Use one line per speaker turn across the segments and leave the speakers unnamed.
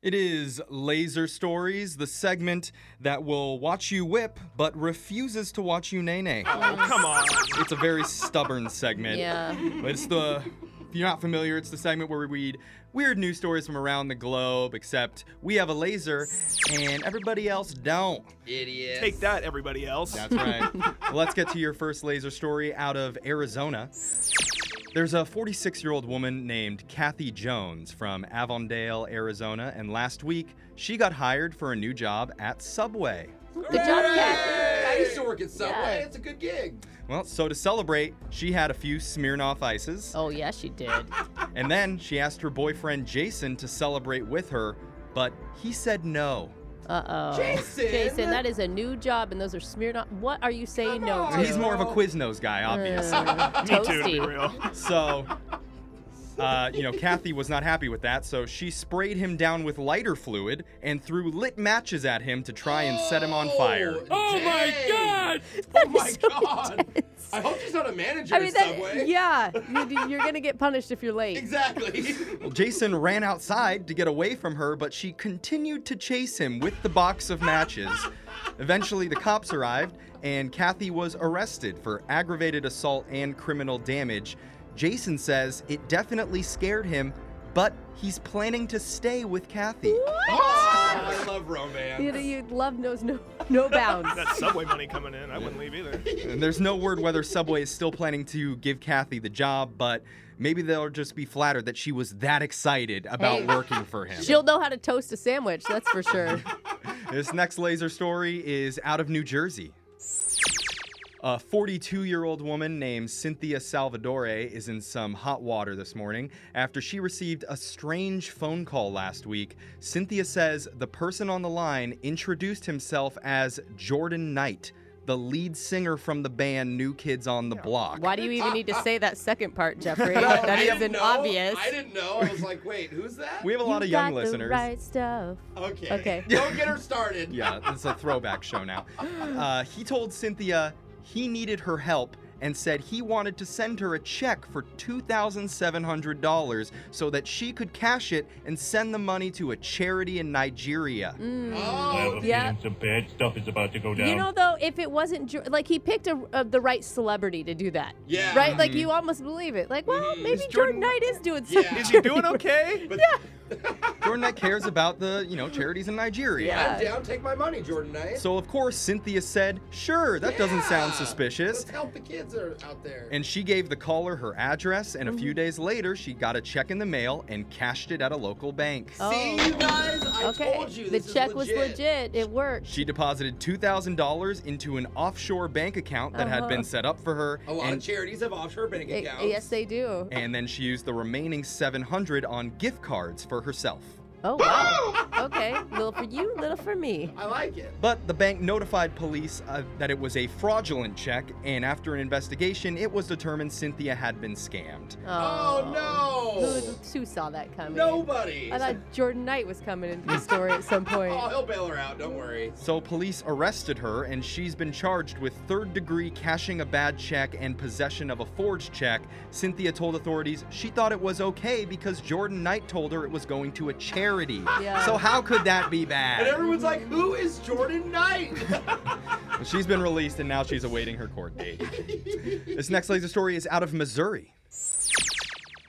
It is Laser Stories, the segment that will watch you whip but refuses to watch you nay nay.
Come on.
It's a very stubborn segment.
Yeah.
But It's the. If you're not familiar, it's the segment where we read weird news stories from around the globe, except we have a laser and everybody else don't.
Idiot.
Take that, everybody else.
That's right. Well, let's get to your first laser story out of Arizona. There's a 46 year old woman named Kathy Jones from Avondale, Arizona, and last week she got hired for a new job at Subway.
Good job, Kathy.
I used to work at Subway.
Yeah.
It's a good gig.
Well, so to celebrate, she had a few Smirnoff ices,
Oh, yeah, she did.
and then she asked her boyfriend Jason to celebrate with her, but he said no.
Uh oh.
Jason!
Jason, that is a new job, and those are smeared on. What are you saying no to?
He's more of a Quiznos guy, obviously.
Uh,
Me too, to be
toasty.
real.
So, uh, you know, Kathy was not happy with that, so she sprayed him down with lighter fluid and threw lit matches at him to try and set him on fire.
Oh my god! Oh my god! I hope she's not a manager
I mean,
at
that,
Subway.
yeah, you, you're gonna get punished if you're late.
Exactly.
Jason ran outside to get away from her, but she continued to chase him with the box of matches. Eventually, the cops arrived, and Kathy was arrested for aggravated assault and criminal damage. Jason says it definitely scared him, but he's planning to stay with Kathy.
Oh, I love
You,
romance.
know, you love knows no no bounds.
That subway money coming in. I wouldn't leave either.
And there's no word whether Subway is still planning to give Kathy the job, but maybe they'll just be flattered that she was that excited about
Hey.
working for him.
She'll know how to toast a sandwich, that's for sure.
This next laser story is out of New Jersey. A 42 year old woman named Cynthia Salvadore is in some hot water this morning after she received a strange phone call last week. Cynthia says the person on the line introduced himself as Jordan Knight, the lead singer from the band New Kids on the Block.
Why do you even need to say that second part, Jeffrey?
No, I
that
didn't
isn't
know.
obvious.
I didn't know. I was like, wait, who's that?
We have a lot
You
of young
got
listeners.
The right stuff.
Okay.
Okay.
Don't get her started.
Yeah, it's a throwback show now. Uh, he told Cynthia he needed her help and said he wanted to send her a check for $2,700 so that she could cash it and send the money to a charity in Nigeria.
Mm. Hmm.
I have
Oh,
a
Yeah.
feeling some bad stuff is about to go down.
You know, though, if it wasn't Jor- like he picked a, uh, the right celebrity to do that,
Yeah.
right? Like
Mm-hmm.
you almost believe it. Like, well,
Mhm.
maybe
Is Jordan-
Jordan, Knight is doing
Yeah.
something.
Is he doing okay?
but
Jordan Knight cares about the, you know, charities in Nigeria.
Yeah.
I'm down. Take my money, Jordan Knight.
So of course Cynthia said, "Sure, that doesn't sound
Yeah.
suspicious."
Let's help the kids that are out there.
And she gave the caller her address, and a
Mm-hmm.
few days later, she got a check in the mail and cashed it at a local bank.
Oh.
See, you guys, I
okay,
told you
the
this is
check was legit. It worked.
She deposited $2,000 into an offshore bank account that had
Uh-huh.
been set up for her.
A lot
and,
of charities have offshore bank
Eh,
accounts.
yes, they do.
and then she used the remaining 700 on gift cards for herself.
Oh wow. okay, little for you, little for me.
I like it.
But the bank notified police uh, that it was a fraudulent check, and after an investigation, it was determined Cynthia had been scammed.
Oh, no.
Who, who saw that coming?
Nobody.
I thought Jordan Knight was coming into the story at some point.
Oh, he'll bail her out. Don't worry.
So police arrested her, and she's been charged with third degree cashing a bad check and possession of a forged check. Cynthia told authorities she thought it was okay because Jordan Knight told her it was going to a charity.
Yeah.
So how could that be
And
bad?
everyone's like, who is Jordan Knight?
She's been released, and now she's awaiting her court date. this next laser story is out of Missouri.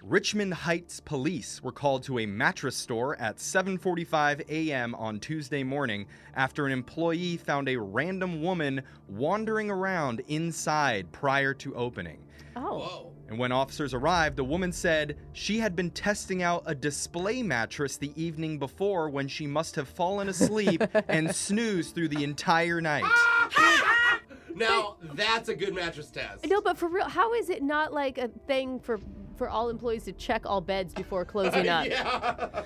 Richmond Heights police were called to a mattress store at 7:45 a.m. on Tuesday morning after an employee found a random woman wandering around inside prior to opening.
Oh.
Whoa.
And when officers arrived, the woman said she had been testing out a display mattress the evening before when she must have fallen asleep and snoozed through the entire night.
Now, that's a good mattress test.
No, but for real, how is it not like a thing for for all employees to check all beds before closing up?
yeah.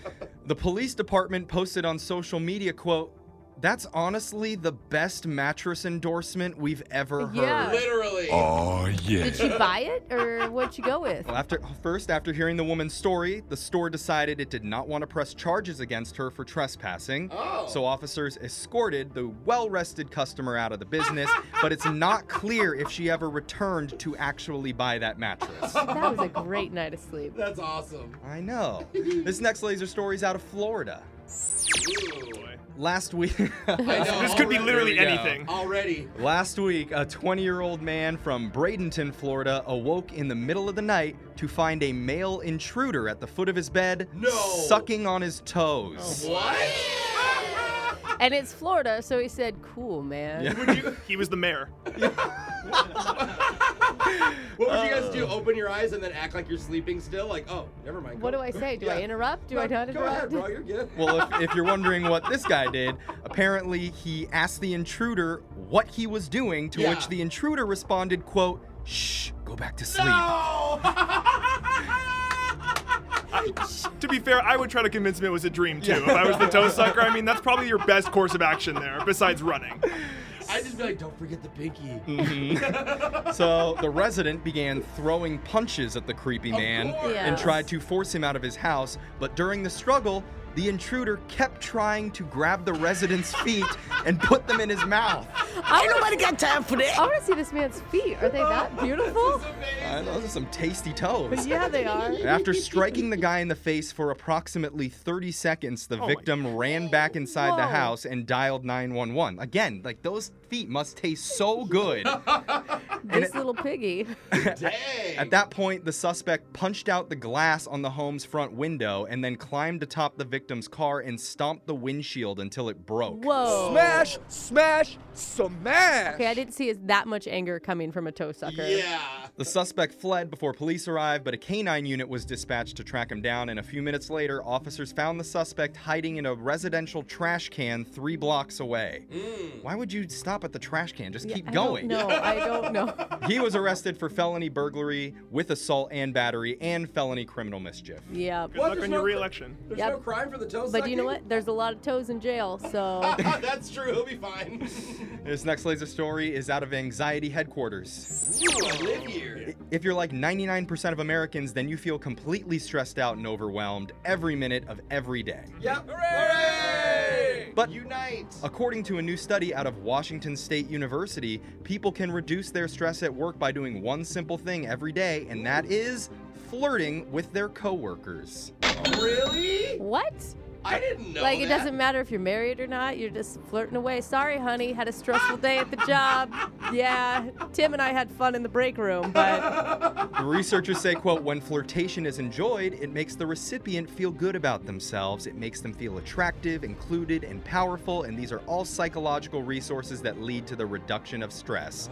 The police department posted on social media, quote, that's honestly the best mattress endorsement we've ever heard.
Yeah.
Literally.
Oh.
Did she buy it or what'd she go with?
Well, after first, after hearing the woman's story, the store decided it did not want to press charges against her for trespassing.
Oh.
So officers escorted the well-rested customer out of the business, but it's not clear if she ever returned to actually buy that mattress.
That was a great night of sleep.
That's awesome.
I know. this next laser story is out of Florida.
Boy.
Last week,
I know,
This could be
already-
literally
There we go.
anything.
Already.
last week, a 20-year-old man from Bradenton, Florida, awoke in the middle of the night to find a male intruder at the foot of his bed,
No.
sucking on his toes.
What?
And it's Florida, so he said, "Cool, man."
Yeah.
Would you,
He was the mayor.
what would you guys do? Open your eyes and then act like you're sleeping still? Like, oh, never mind.
Uh. What
go-
do I say? Do I
Yeah.
interrupt? Do
No,
I not
Go ahead,
interrupt?
bro. You're good.
Well, if, if you're wondering what this guy did, apparently he asked the intruder what he was doing, to
Yeah.
which the intruder responded, quote, shh, go back to sleep.
I- to be fair, I would try to convince him it was a dream too. If I was the toe sucker, I mean, that's probably your best course of action there, besides running.
I just be like, don't forget the pinky.
Mm. So the resident began throwing punches at the creepy man
course.
and
Yes.
tried to force him out of his house, but during the struggle, the intruder kept trying to grab the resident's feet and put them in his mouth.
I don't want to got time for that. I want to see this man's feet. Are they that beautiful?
Uh, those are some tasty toes.
yeah, they are.
After striking the guy in the face for approximately 30 seconds, the
my
victim ran back inside the
Whoa.
house and dialed 911. Again, like those feet must taste so good.
This little piggy.
Dang.
At that point, the suspect punched out the glass on the home's front window and then climbed atop the victim's car and stomped the windshield until it broke.
Whoa.
Smash, smash, smash.
Okay, I didn't see as that much anger coming from a toe sucker.
Yeah.
The suspect fled before police arrived, but a canine unit was dispatched to track him down, and a few minutes later, officers found the suspect hiding in a residential trash can three blocks away. Why would you stop at the trash can? Just keep going.
No, I don't know.
He was arrested for felony burglary with assault and battery and felony criminal mischief.
Yeah.
Good luck on your re-election.
There's
Yep.
no crime for the toe
But do you know what? There's a lot of toes in jail, so
Oh, That's true. He'll be fine.
This next laser story is out of Anxiety Headquarters.
Ooh, I live here.
If you're like 99% of Americans, then you feel completely stressed out and overwhelmed every minute of every day.
Yep. Hooray!
But-
unite.
According to a new study out of Washington State University, people can reduce their stress at work by doing one simple thing every day, and that is flirting with their coworkers.
Really?
what?
I didn't know.
like it
that.
doesn't matter if you're married or not. You're just flirting away. Sorry, honey, had a stressful day at the job. Yeah, Tim and I had fun in the break room, but
The researchers say, quote, when flirtation is enjoyed, it makes the recipient feel good about themselves. It makes them feel attractive, included, and powerful, and these are all psychological resources that lead to the reduction of stress.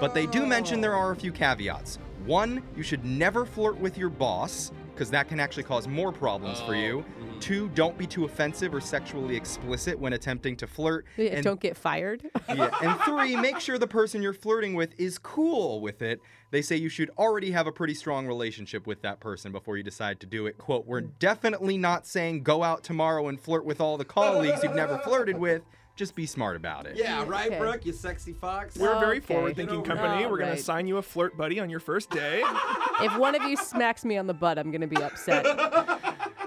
But they do mention there are a few caveats. One, you should never flirt with your boss, because that can actually cause more problems for you. Two, don't be too offensive or sexually explicit when attempting to flirt.
Yeah,
And-
don't get fired.
yeah. And three, make sure the person you're flirting with is cool with it. They say you should already have a pretty strong relationship with that person before you decide to do it. Quote, we're definitely not saying go out tomorrow and flirt with all the colleagues you've never flirted with. Just be smart about it.
Yeah, right,
Okay.
Brooke, you sexy fox.
We're a very
Okay.
forward-thinking
Get over it.
company.
Oh,
We're gonna
right.
assign you a flirt buddy on your first day.
if one of you smacks me on the butt, I'm gonna be upset.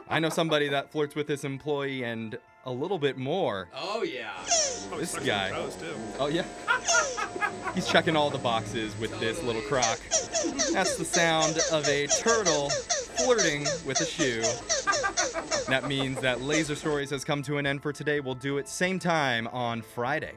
I know somebody that flirts with his employee and a little bit more.
Oh yeah.
This guy.
Toes, too.
Oh, yeah. He's checking all the boxes with this little croc. That's the sound of a turtle flirting with a shoe. That means that Laser Stories has come to an end for today. We'll do it same time on Friday.